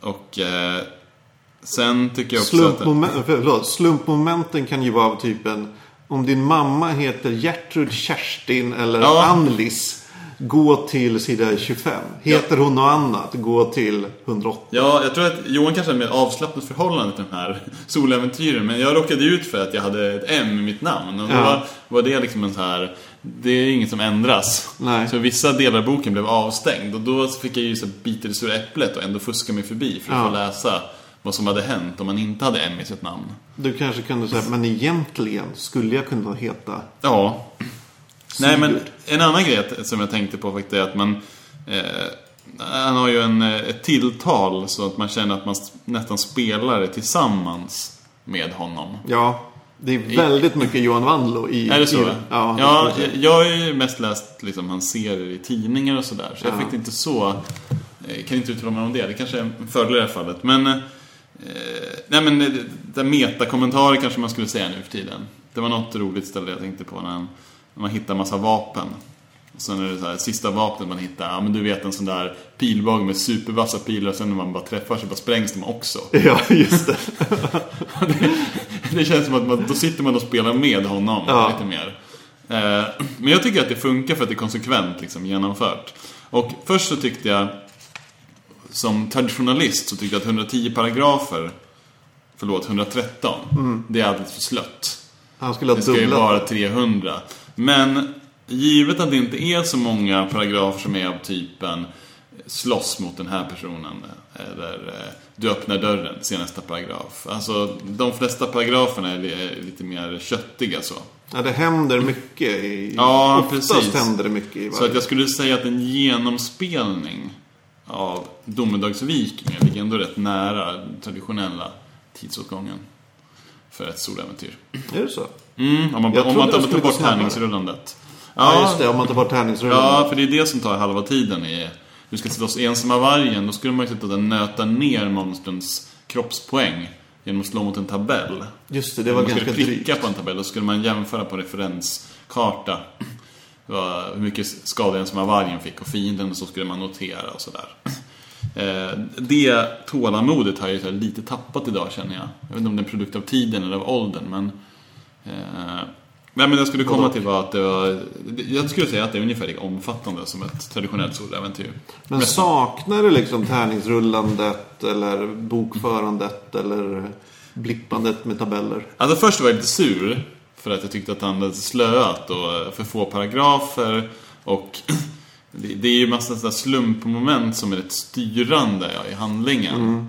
S1: Och eh, sen tycker jag också att... det-
S2: Slumpmoment, förlåt, slumpmomenten kan ju vara av typen om din mamma heter Gertrud, Kerstin eller
S1: Ja.
S2: Ann-Lis. Gå till sida 25. Heter hon något annat, gå till 108.
S1: Ja, jag tror att Johan kanske har ett mer avslappnat förhållande till de här soläventyren. Men jag råkade ut för att jag hade ett M i mitt namn. Och då
S2: Ja.
S1: var, var det liksom en så här... Det är inget som ändras.
S2: Nej.
S1: Så vissa delar av boken blev avstängd. Och då fick jag ju så här bita i det sura äpplet och ändå fuska mig förbi för att
S2: Ja.
S1: få läsa vad som hade hänt om man inte hade M i sitt namn.
S2: Du kanske kunde säga, men egentligen skulle jag kunna heta
S1: Ja. Nej men
S2: Sigurd."
S1: en annan grej att- som jag tänkte på faktiskt är att man... Eh, han har ju en, eh, ett tilltal så att man känner att man s- nästan spelar det tillsammans med honom.
S2: Ja, det är väldigt mycket Johan Wanlo i...
S1: Är det så?
S2: I,
S1: ja,
S2: ja,
S1: ja, jag, jag har ju mest läst liksom, hans serier i tidningar och sådär. Så jag
S2: Ja.
S1: fick det inte så... eh, Kan inte uttala mig om det. Det kanske är en fördel i det här fallet. Men... eh, Nej men, eh, det- metakommentarer kanske man skulle säga nu för tiden. Det var något roligt ställe jag tänkte på när, han- när man hittar massa vapen. Och sen är det så här, sista vapnet man hittar, ja men du vet en sån där pilbåge med supervassa pilar och sen när man bara träffar så bara sprängs de också.
S2: ja, just det.
S1: Det känns som att man, då sitter man och spelar med honom
S2: Ja.
S1: lite mer. Eh, men jag tycker att det funkar för att det är konsekvent liksom, genomfört. Och först så tyckte jag, som traditionalist, så tyckte jag att 110 paragrafer, förlåt, 113, det är alldeles för slött.
S2: Han skulle ha
S1: Det ska ju
S2: dubblat.
S1: vara 300. Men givet att det inte är så många paragrafer som är av typen eh, slåss mot den här personen eller eh, du öppnar dörren, se nästa paragraf. Alltså de flesta paragraferna är li- är lite mer köttiga så.
S2: Ja, det händer mycket i...
S1: Ja,
S2: oftast
S1: precis.
S2: händer det mycket i
S1: Så
S2: varje...
S1: att jag skulle säga att en genomspelning av Domedagsviken ligger ändå rätt nära traditionella tidsåtgången för ett storäventyr.
S2: Är det så?
S1: Mm, om man,
S2: Jag
S1: om
S2: trodde
S1: man
S2: det
S1: tar
S2: skulle
S1: tar
S2: gå
S1: bort
S2: snabbare.
S1: tärningsrullandet.
S2: Ja, just det. Om man tar bort tärningsrullen.
S1: Ja, för det är det som tar halva tiden i... Du ska sitta hos ensamma vargen, då skulle man ju sitta och nöta ner monstrens kroppspoäng genom att slå mot en tabell.
S2: Just det, det var
S1: man
S2: ganska
S1: skulle pricka
S2: drygt.
S1: på en tabell, då skulle man jämföra på referenskarta vad- hur mycket skada ensamma vargen fick och fienden, och så skulle man notera och sådär. Eh, Det tålamodet har jag ju så här lite tappat idag känner jag. Jag vet inte om det är en produkt av tiden eller av åldern, men... Eh, nej, men det jag skulle komma till var att det var... Jag skulle säga att det är ungefär lika omfattande som ett traditionellt soläventyr.
S2: Men saknar du liksom tärningsrullandet eller bokförandet eller blippandet med tabeller?
S1: Alltså först var jag lite sur för att jag tyckte att han hade slöat och för få paragrafer och det det är ju massa sådana slumpmoment som är rätt styrande i handlingen.
S2: Mm.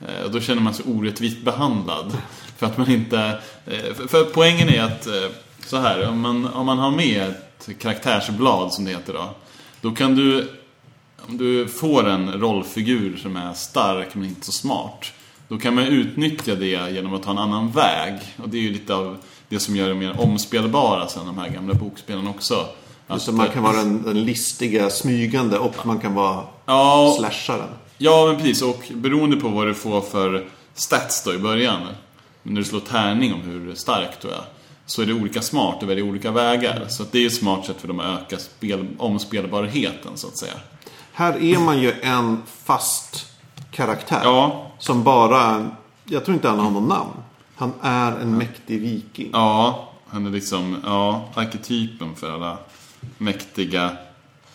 S1: Eh, Och då känner man sig orättvist behandlad. För att man inte... eh, För, för poängen är att eh, så här, om man, om man har med ett karaktärsblad som det heter då. Då kan du om du får en rollfigur som är stark men inte så smart. Då kan man utnyttja det genom att ta en annan väg. Och det är ju lite av det som gör det mer omspelbara sen de här gamla bokspelen också. Att, eh,
S2: Just det, man kan vara den, den listiga, smygande och man kan vara
S1: ja,
S2: slasharen.
S1: ja, men precis. Och beroende på vad du får för stats då i början. När du slår tärning om hur stark du är. Så är det olika smart, du väljer olika vägar. Så att det är ett smart sätt för dem att öka spel, omspelbarheten så att säga.
S2: Här är man ju en fast karaktär.
S1: Ja,
S2: Som bara, jag tror inte han har något namn. Han är en mäktig viking.
S1: Ja, han är liksom ja, arketypen för alla mäktiga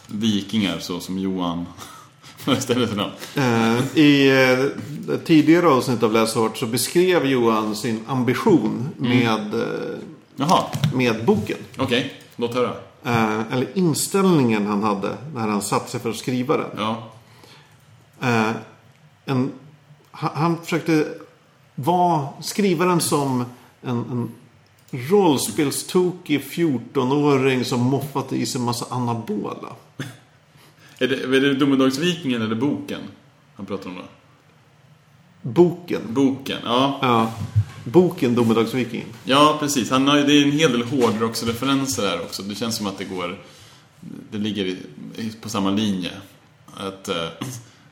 S1: vikingar så som Johan föreställer sig dem.
S2: Eh, I eh, ett tidigare avsnitt av Läsåret så beskrev Johan sin ambition
S1: Mm.
S2: med, eh,
S1: Jaha,
S2: med boken.
S1: okej. Låt höra.
S2: Eh, Eller inställningen han hade när han satte sig för att skriva den.
S1: Ja.
S2: Eh, en, ha- han försökte vara, skriva den som en, en rollspelstokig 14-åring som moffat i sig en massa anabola.
S1: Är det, är det Domedagsvikingen eller boken han pratar om då?
S2: Boken.
S1: Boken, ja.
S2: Ja, boken Domedagsvikingen.
S1: Ja, precis. Han har, ju- det är en hel del hårdrocksreferenser här också. Det känns som att det går... Det ligger i, i- på samma linje. Att eh,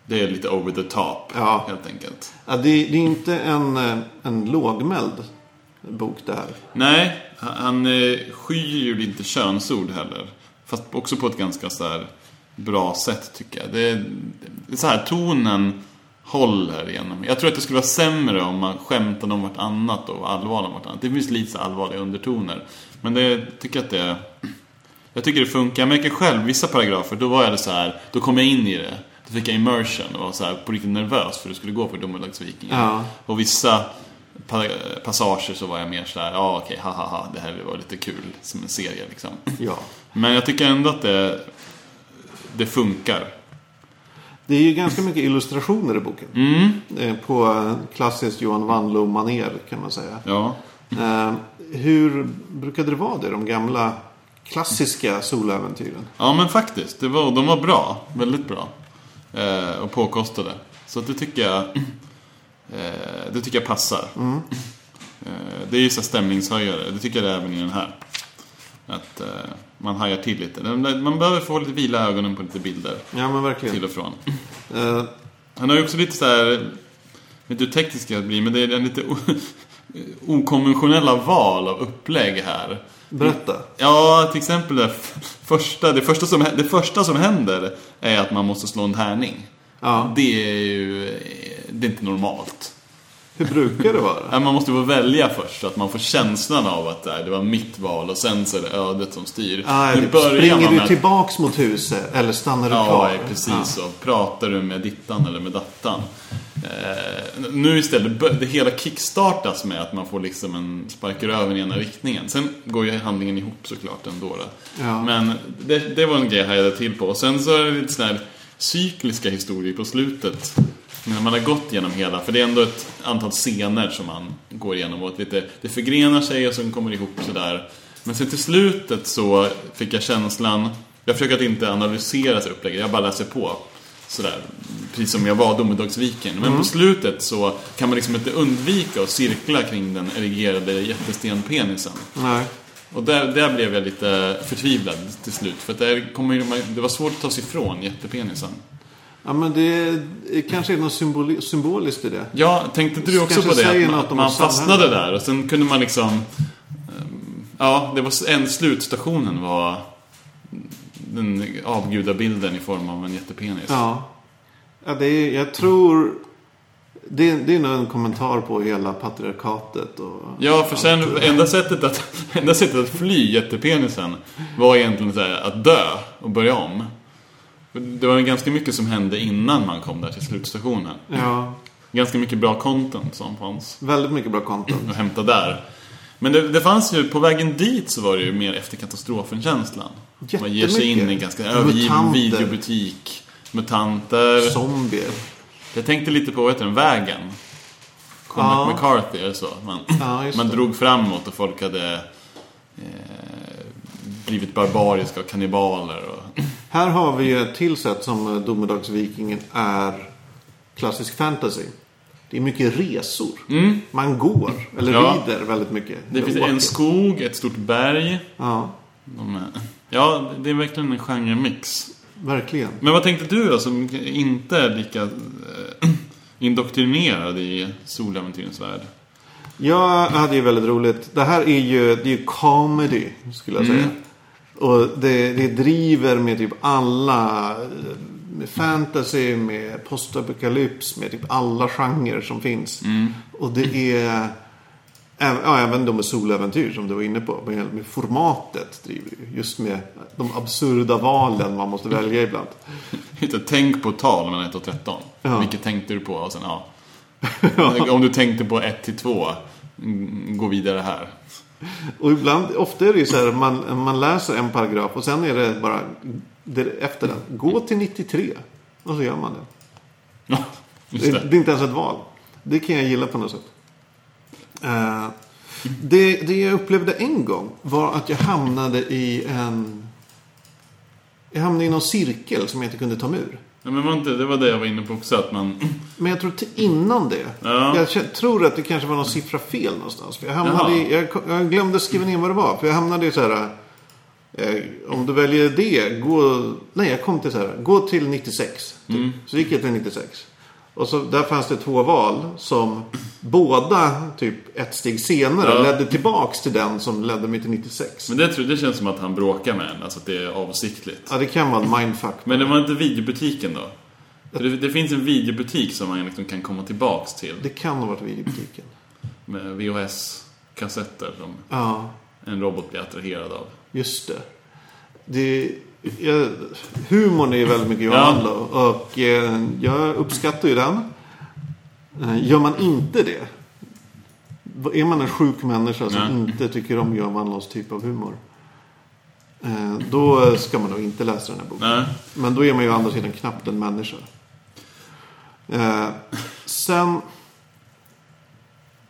S1: det är lite over the top,
S2: Ja.
S1: helt enkelt.
S2: Ja, det, det är inte en, eh, en lågmäld bok det här.
S1: Nej, han eh, skyr ju inte könsord heller. Fast också på ett ganska så här bra sätt tycker jag. Det, det är så här, tonen håller genom. Jag tror att det skulle vara sämre om man skämtade om vartannat och var allvarlig om vartannat. Det finns lite så här allvarliga undertoner. Men det, jag tycker att det... Jag tycker det funkar. Jag märker själv, vissa paragrafer, då var jag så här, då kom jag in i det. Då fick jag immersion och var så här, på riktigt nervös för det skulle gå för Domedagsvikingen.
S2: Ja.
S1: Och vissa pa- passager så var jag mer sådär, ja okej, ha ha ha, det här var lite kul som en serie liksom.
S2: Ja.
S1: Men jag tycker ändå att det, det funkar.
S2: Det är ju ganska mycket illustrationer i boken.
S1: Mm.
S2: Eh, På eh, klassiskt Johan Wanlo-manér kan man säga.
S1: Ja.
S2: Eh, Hur brukade det vara det, de gamla klassiska soläventyren?
S1: ja, men faktiskt, det var, de var bra. Väldigt bra. Eh, och påkostade. Så att det tycker jag, eh, det tycker jag passar. Eh, det är ju så här stämningshöjare, det tycker jag det är även i den här. Att eh, man hajar till lite. Den där- Man behöver få lite vila ögonen på lite bilder
S2: Ja men verkligen.
S1: till och från.
S2: Eh,
S1: Han har ju också lite så här, vet du hur teknisk jag blir, men det är en lite o- okonventionella val av upplägg här.
S2: Berätta.
S1: Ja, till exempel det, f- första, det, första som, hä- det första som händer är att man måste slå en tärning.
S2: Ja.
S1: Det är ju eh, det är inte normalt.
S2: Hur brukar det vara?
S1: Nej, Man måste få välja först, så att man får känslan av att eh, det var mitt val och sen så är det ödet som styr.
S2: Ah,
S1: Nu
S2: typ,
S1: börjar
S2: springer
S1: man
S2: du
S1: med-
S2: tillbaks mot huset eller stannar du
S1: Ja,
S2: kvar?
S1: precis så. Pratar du med dittan eller med dattan? Eh, nu istället, bör- det hela kickstartas med att man får liksom en sparkar över i ena riktningen. Sen går ju handlingen ihop såklart ändå. Då.
S2: Ja.
S1: Men det, det var en grej jag hajade till på. Och sen så är det lite sådana här cykliska historier på slutet. När man har gått igenom hela, för det är ändå ett antal scener som man går igenom. Och ett lite, det förgrenar sig och sen kommer det ihop sådär. Men sen till slutet så fick jag känslan, jag försöker att inte analysera så här upplägget, jag bara läser på. Sådär, precis som jag var domedagsviken. Men på slutet så kan man liksom inte undvika att cirkla kring den erigerade jättestenpenisen.
S2: Nej.
S1: Och där, där blev jag lite förtvivlad till slut. För att där kommer ju, man- det var svårt att ta sig ifrån jättepenisen.
S2: Ja, men det är, det kanske är något symboli- symboliskt i det.
S1: Ja, tänkte inte du också
S2: Kanske
S1: på det?
S2: säger
S1: Att man,
S2: något om
S1: man
S2: vårt samhälle.
S1: fastnade där och sen kunde man liksom... ehm, Ja, det var s- en slutstationen var den avgudabilden i form av en jättepenis.
S2: Ja. ja det är, jag tror... Det, det är nog en kommentar på hela patriarkatet och...
S1: Ja, för sen enda sättet att, enda sättet att fly jättepenisen var egentligen så här, att dö och börja om. För Det var ganska mycket som hände innan man kom där till slutstationen.
S2: Ja,
S1: Ganska mycket bra content som fanns
S2: väldigt mycket bra content.
S1: att hämta där. Men det, det fanns ju, på vägen dit så var det ju mer efter katastrofen-känslan. Man ger sig in i en ganska övergiven
S2: Mutanter.
S1: videobutik. Mutanter.
S2: Zombier.
S1: Jag tänkte lite på, vad heter den, Vägen? Cormac
S2: Ja.
S1: McCarthy eller så. Man,
S2: Ja, just
S1: man
S2: det.
S1: drog framåt och folk hade eh, blivit barbariska och kannibaler. Och,
S2: Här har vi ju ett till sätt som eh, Domedagsvikingen är klassisk fantasy. Det är mycket resor. Man går, eller
S1: Mm. Ja.
S2: rider väldigt mycket.
S1: det
S2: Eller
S1: finns
S2: åker.
S1: en skog, ett stort berg.
S2: Ja,
S1: De, är- ja, det är verkligen en genremix.
S2: verkligen.
S1: Men vad tänkte du då som inte är lika eh, indoktrinerad i soläventyrens värld?
S2: Jag hade ju väldigt roligt. Det här är ju, det är ju comedy, skulle jag säga. Och det, det driver med typ alla, eh, med fantasy, med postapokalyps, med typ alla genrer som finns. Och det är, även, ja, även de med soläventyr som du var inne på, med, med formatet driver ju. Just med de absurda valen man måste välja ibland.
S1: Inte tänk på tal mellan 1 och 13.
S2: Ja.
S1: Vilket tänkte du på? Och sen, ja. Om du tänkte på 1 till 2, mm, gå vidare här.
S2: Och ibland, ofta är det ju så här, man, man läser en paragraf och sen är det bara det, efter den. Gå till 93. Och så gör man det.
S1: Ja,
S2: Det,
S1: Just
S2: det.
S1: det.
S2: är inte ens ett val. Det kan jag gilla på något sätt. Eh, det, det jag upplevde en gång var att jag hamnade i en... Jag hamnade i någon cirkel som jag inte kunde ta mig ur.
S1: Ja, men var inte, det var det jag var inne på också, att man...
S2: Men jag tror till innan det.
S1: Ja.
S2: Jag kä- tror att det kanske var någon siffra fel någonstans. För jag, hamnade
S1: Jaha.
S2: i, jag, ko- jag glömde skriva ner vad det var. För jag hamnade i så här. Eh, om du väljer det, gå... Nej, jag kom till så här. Gå till 96. Typ.
S1: Mm.
S2: Så gick jag till 96. Och så där fanns det två val som båda typ ett steg senare
S1: Ja.
S2: ledde tillbaks till den som ledde mig till 96.
S1: Men det, tror- det känns som att han bråkar med en, alltså att det är avsiktligt.
S2: Ja, det kan vara en mindfuck.
S1: Men det var inte videobutiken då? För det, det finns en videobutik som man liksom kan komma tillbaks till.
S2: Det kan ha varit videobutiken.
S1: Med VHS-kassetter som
S2: Ja.
S1: en robot blir attraherad av.
S2: Just det. det jag, humorn är ju väldigt mycket
S1: Ja.
S2: Johan Hallo och eh, jag uppskattar ju den. Eh, Gör man inte det. Är man en sjuk människa som
S1: Nej.
S2: inte tycker om Johan Hallos typ av humor. eh, Då ska man nog inte läsa den här boken.
S1: Nej.
S2: Men då är man ju å andra sidan knappt en människa. Eh, sen.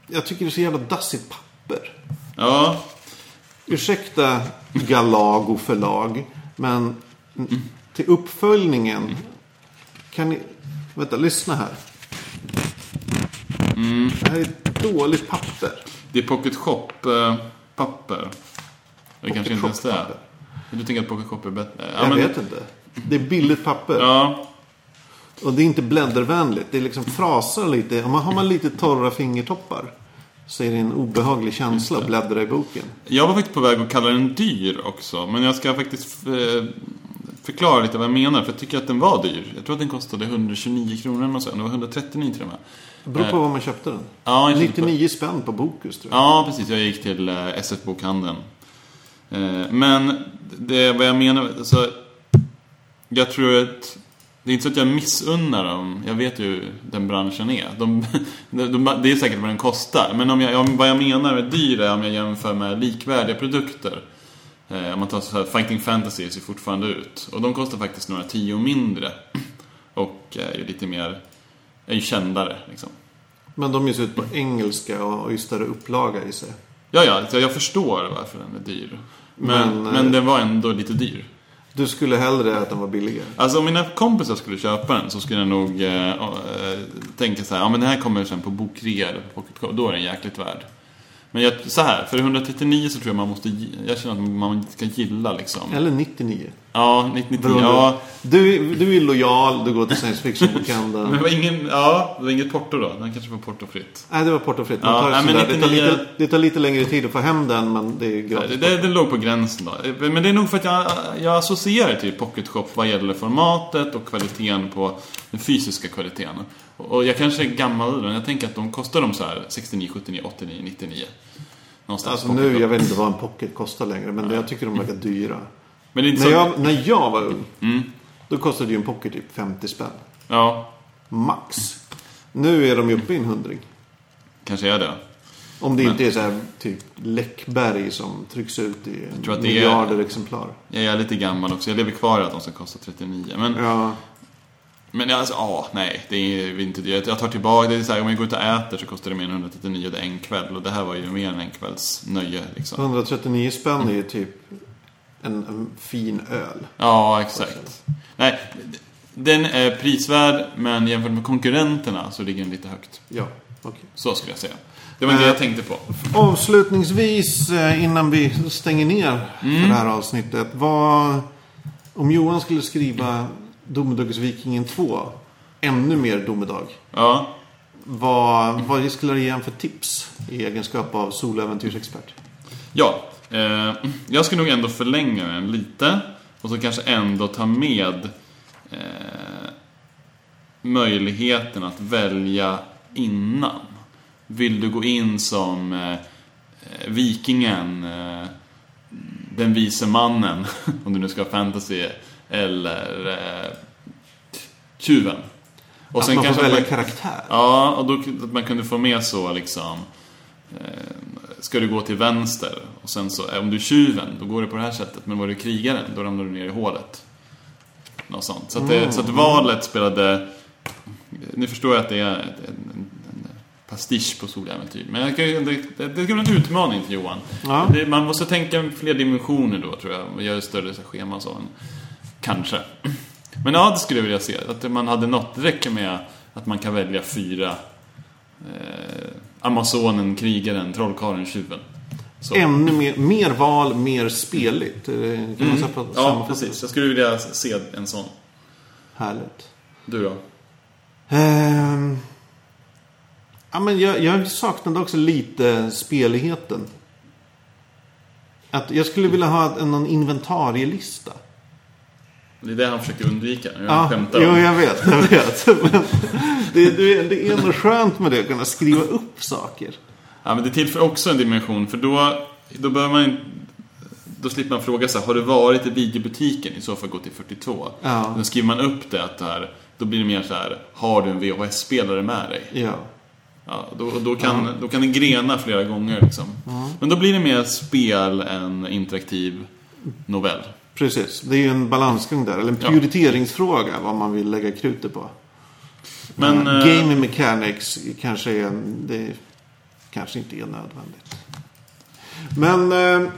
S2: Jag tycker det är så jävla dassigt papper.
S1: Ja,
S2: Ursäkta Galago förlag, men till uppföljningen kan ni... Vänta, lyssna här. Det här är ett dåligt papper.
S1: det är Pocket Shop-papper. Det kanske inte ens det är.
S2: Shop-papper.
S1: Du tänker att Pocket Shop är bättre? Ja,
S2: Jag
S1: men-
S2: vet inte. Det är billigt papper.
S1: Ja,
S2: Och det är inte bläddervänligt. Det är liksom frasar lite. Om man har man lite torra fingertoppar så är det en obehaglig känsla att bläddra i boken.
S1: Jag var faktiskt på väg att kalla den dyr också, men jag ska faktiskt eh, förklara lite vad jag menar, för jag tycker att den var dyr. Jag tror att den kostade 129 kronor eller något sånt. det var 139 till och med.
S2: Det beror på var man köpte den.
S1: Ja, jag köpte-
S2: 99 spänn på Bokus tror jag.
S1: Ja, precis. Jag gick till eh, SF-bokhandeln. Eh, Men det vad jag menar, så jag tror att det är inte så att jag missunnar dem. Jag vet ju hur den branschen är. De, de, de, det är säkert vad den kostar. Men om jag, om, vad jag menar med dyr är om jag jämför med likvärdiga produkter. Eh, om man tar så här, Fighting Fantasy ser fortfarande ut. Och de kostar faktiskt några tio mindre. Och eh, är ju lite mer, är ju kändare liksom.
S2: Men de ges ut på engelska och och i större upplaga i sig.
S1: Ja, ja, alltså jag förstår varför den är dyr. Men, men,
S2: Men, eh,
S1: den var ändå lite dyr.
S2: Du skulle hellre att den var billigare.
S1: Alltså om mina kompisar skulle köpa den så skulle jag nog eh, eh, tänka så här, ja men den här kommer sen på bokrea eller på Pocket Go, då är den jäkligt värd. Men jag, så här, för 139 så tror jag man måste, gi- jag känner att man ska gilla liksom.
S2: Eller 99.
S1: Ja, 99,
S2: Beroende.
S1: ja.
S2: Du, du är lojal, du går till science fiction-bokhandeln.
S1: Men det var ingen, ja, det var inget porto då, den kanske var portofritt.
S2: Nej, det var portofritt. Man
S1: Ja,
S2: tar
S1: nej,
S2: sådär.
S1: men
S2: det, tar
S1: 99
S2: lite, det tar lite längre tid att få hem den, men det är
S1: Det,
S2: gratis.
S1: det, det låg på gränsen då. Men det är nog för att jag, jag associerar till Pocket Shop vad gäller formatet och kvaliteten på den fysiska kvaliteten. Och jag kanske är gammal men jag tänker att de kostar de så här 69, 79, 89, 99. Någonstans
S2: Alltså
S1: Pocket
S2: nu,
S1: Shop.
S2: jag vet inte vad en pocket kostar längre, men det, jag tycker de verkar dyra.
S1: Men det är inte
S2: När
S1: så...
S2: jag, när jag var ung,
S1: Mm.
S2: då kostade ju en pocket typ 50 spänn.
S1: Ja,
S2: Max. Nu är de ju uppe i en hundring.
S1: kanske är det.
S2: Om det inte är så här typ Läckberg som trycks ut i
S1: tror att det är-
S2: miljarder exemplar.
S1: Jag är lite gammal också, jag lever kvar i att de ska kosta 39. Men,
S2: Ja.
S1: men alltså, ja, nej. Det är inte det. Jag tar tillbaka, det är så här, om jag går ut och äter så kostar det mer än 139 det är en kväll. Och det här var ju mer än en kvälls nöje liksom.
S2: 139 spänn är
S1: Mm.
S2: ju typ en, en fin öl.
S1: Ja, exakt. Nej, den är prisvärd, men jämfört med konkurrenterna så ligger den lite högt.
S2: Ja, okej.
S1: Så skulle jag säga. Det var inte det jag tänkte på.
S2: Avslutningsvis, eh, innan vi stänger ner
S1: Mm.
S2: för det här avsnittet. Vad, om Johan skulle skriva Domedagsvikingen 2, ännu mer domedag.
S1: Ja.
S2: Vad, vad skulle du ge honom för tips i egenskap av soläventyrsexpert?
S1: Ja, eh, jag ska nog ändå förlänga den lite. Och så kanske ändå ta med eh, möjligheten att välja innan. Vill du gå in som eh, eh, vikingen, eh, den vise mannen, om du nu ska ha fantasy, eller eh, tjuven? Och
S2: Att man får välja
S1: man-
S2: karaktär?
S1: Ja, och då att man kunde få med så liksom eh, Ska du gå till vänster och sen så, eh, om du är tjuven, då går det på det här sättet. Men var du krigaren, då ramlar du ner i hålet. Något sånt. Så att, det, så att valet spelade... Nu förstår jag att det är en, en, en pastisch på soläventyr. Men jag kan ju- det, det, det ska bli en utmaning till Johan.
S2: Ja.
S1: Det, man måste tänka fler dimensioner då, tror jag. Och göra större så här, scheman och så. Kanske. Men ja, det skulle jag vilja se. Att man hade något. Det räcker med att man kan välja fyra. Eh, Amazonen, krigaren, trollkarlen, tjuven. Så. Mm.
S2: Ännu mer, mer val, mer speligt. Eh, Kan man säga på
S1: Mm. Ja,
S2: sammanfatta?
S1: precis. Jag skulle vilja se en sån.
S2: Härligt.
S1: Du då?
S2: Ehm, ja, men jag, jag saknade också lite speligheten. Att jag skulle vilja ha en, någon inventarielista.
S1: Det är det han försöker undvika. Jag
S2: Ja,
S1: Mm, skämtar
S2: jo,
S1: om.
S2: jag vet. Jag vet. Men det, det, är- det är nog skönt med det, att kunna skriva upp saker.
S1: Ja, men det tillför också en dimension, för då, då behöver man inte- Då slipper man fråga så här, har du varit i videobutiken? I så fall gå till 42.
S2: Ja.
S1: Då skriver man upp det, att det här, då blir det mer så här, har du en VHS-spelare med dig?
S2: Ja.
S1: Ja, då, och då, kan, då kan den grena flera gånger liksom. Men då blir det mer spel än interaktiv novell.
S2: Precis, det är ju en balansgång där. Eller en
S1: Ja.
S2: prioriteringsfråga, vad man vill lägga krutet på.
S1: Men,
S2: Eh,
S1: eh,
S2: Gaming mechanics kanske, är, det kanske inte är nödvändigt. Men eh,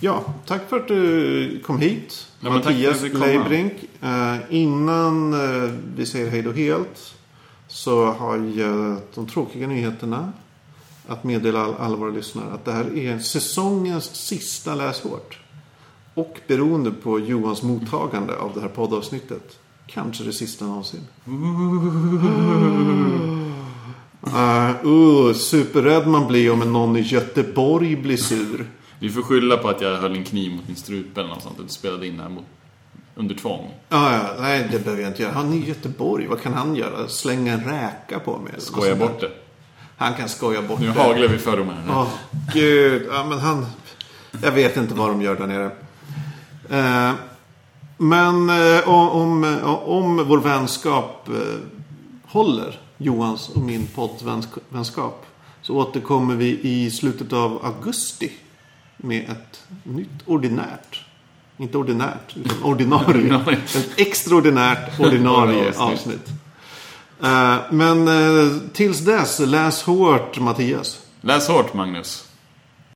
S2: ja, tack för att du kom hit.
S1: Ja, men tack för att jag fick komma.
S2: Leibrink. Eh, innan eh, vi säger hej då helt så har jag de tråkiga nyheterna att meddela all- alla våra lyssnare att det här är säsongens sista Läs hårt. Och beroende på Johans mottagande av det här poddavsnittet, kanske det sista någonsin. Uh, uh, superrädd man blir om en någon i Göteborg blir sur.
S1: Vi får skylla på att jag höll en kniv mot min strupe eller något sånt och spelade in det här mot, under tvång.
S2: Ah, Ja, ja, nej, det behöver jag inte göra. Han är i Göteborg. Vad kan han göra? Slänga en räka på mig? eller något
S1: Skoja
S2: sånt där.
S1: bort det.
S2: Han kan skoja bort
S1: Nu
S2: det.
S1: haglar vi fördomar här.
S2: Åh, gud. Ja, men han... Jag vet inte vad de gör där nere. Eh, men eh, om, om, eh, om vår vänskap eh, håller, Johans och min poddvänskap, så återkommer vi i slutet av augusti med ett nytt ordinärt, inte ordinärt, utan ordinarie,
S1: Ordinarie.
S2: ett extraordinärt ordinarie
S1: Ordinarie avsnitt.
S2: avsnitt. Eh, men eh, tills dess, läs hårt Mattias.
S1: Läs hårt, Magnus.